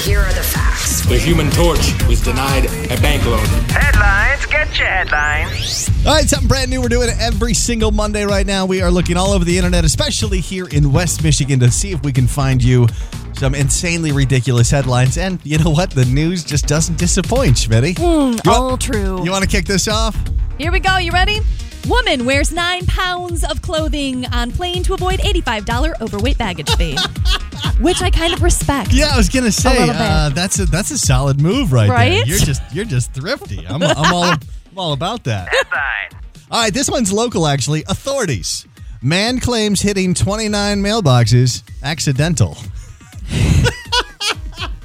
Here are the facts. The Human Torch was denied a bank loan. Headlines, get your headlines. All right, something brand new. We're doing it every single Monday right now. We are looking all over the internet, especially here in West Michigan, to see if we can find you some insanely ridiculous headlines. And you know what? The news just doesn't disappoint, Schmitty. You wa- Hmm, All true. you want to kick this off? Here we go. You ready? Woman wears nine pounds of clothing on plane to avoid $85 overweight baggage fee, which I kind of respect. Yeah, I was gonna say little bit. uh, that's a that's a solid move right, there. Right? You're just you're just thrifty. I'm, I'm all I'm all about that. Headline. All right, this one's local actually. Authorities. Man claims hitting 29 mailboxes accidental.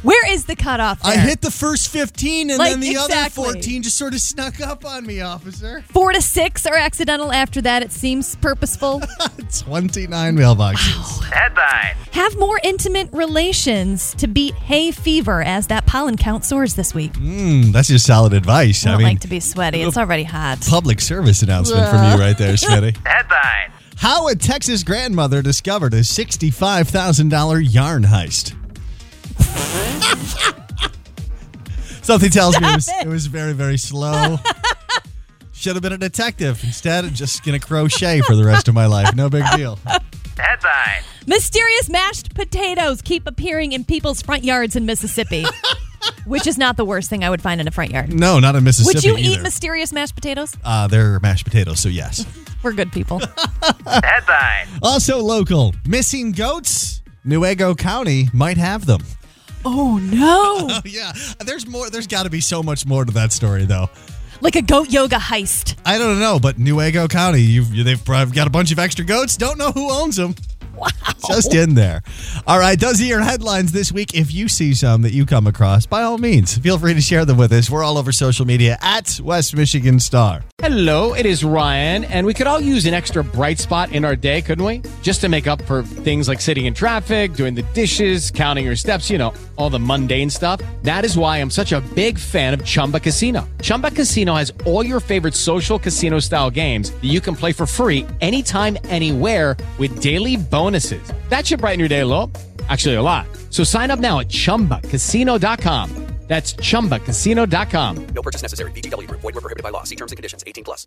Where is the cutoff? I there? hit the first 15 and Like, then the exactly. other 14 just sort of snuck up on me, officer. Four to six are accidental. After that, it seems purposeful. 29 mailboxes. Headline. Have more intimate relations to beat hay fever as that pollen count soars this week. I Mm, that's just solid advice. I, don't mean, like to be sweaty. It's already hot. public service announcement from you right there, Smitty. Headline. How a Texas grandmother discovered a $65,000 yarn heist. Something tells me it was, it was very, very slow. Should have been a detective. Instead, I'm just going to crochet for the rest of my life. No big deal. Headline. Mysterious mashed potatoes keep appearing in people's front yards in Mississippi, which is not the worst thing I would find in a front yard. No, not in Mississippi. Would you either. eat mysterious mashed potatoes? Uh, they're mashed potatoes, so yes. We're good people. Headline. also local, missing goats. Nuevo County might have them. oh no! Yeah, there's more. There's got to be so much more to that story, though. Like a goat yoga heist. I don't know, but Nuevo County, you've, you- they've probably got a bunch of extra goats. Don't know who owns them. Wow. Just in there. All right, those are your headlines this week. If you see some that you come across, by all means, feel free to share them with us. We're all over social media at West Michigan Star. Hello, it is Ryan, and we could all use an extra bright spot in our day, couldn't we? Just to make up for things like sitting in traffic, doing the dishes, counting your steps, you know, all the mundane stuff. That is why I'm such a big fan of Chumba Casino. Chumba Casino has all your favorite social casino style games that you can play for free anytime, anywhere with daily bonuses. That should brighten your day, a little. Actually, a lot. So sign up now at chumbacasino.com. That's chumbacasino.com. No purchase necessary. VGW Group. Void were prohibited by law. See terms and conditions. 18 plus.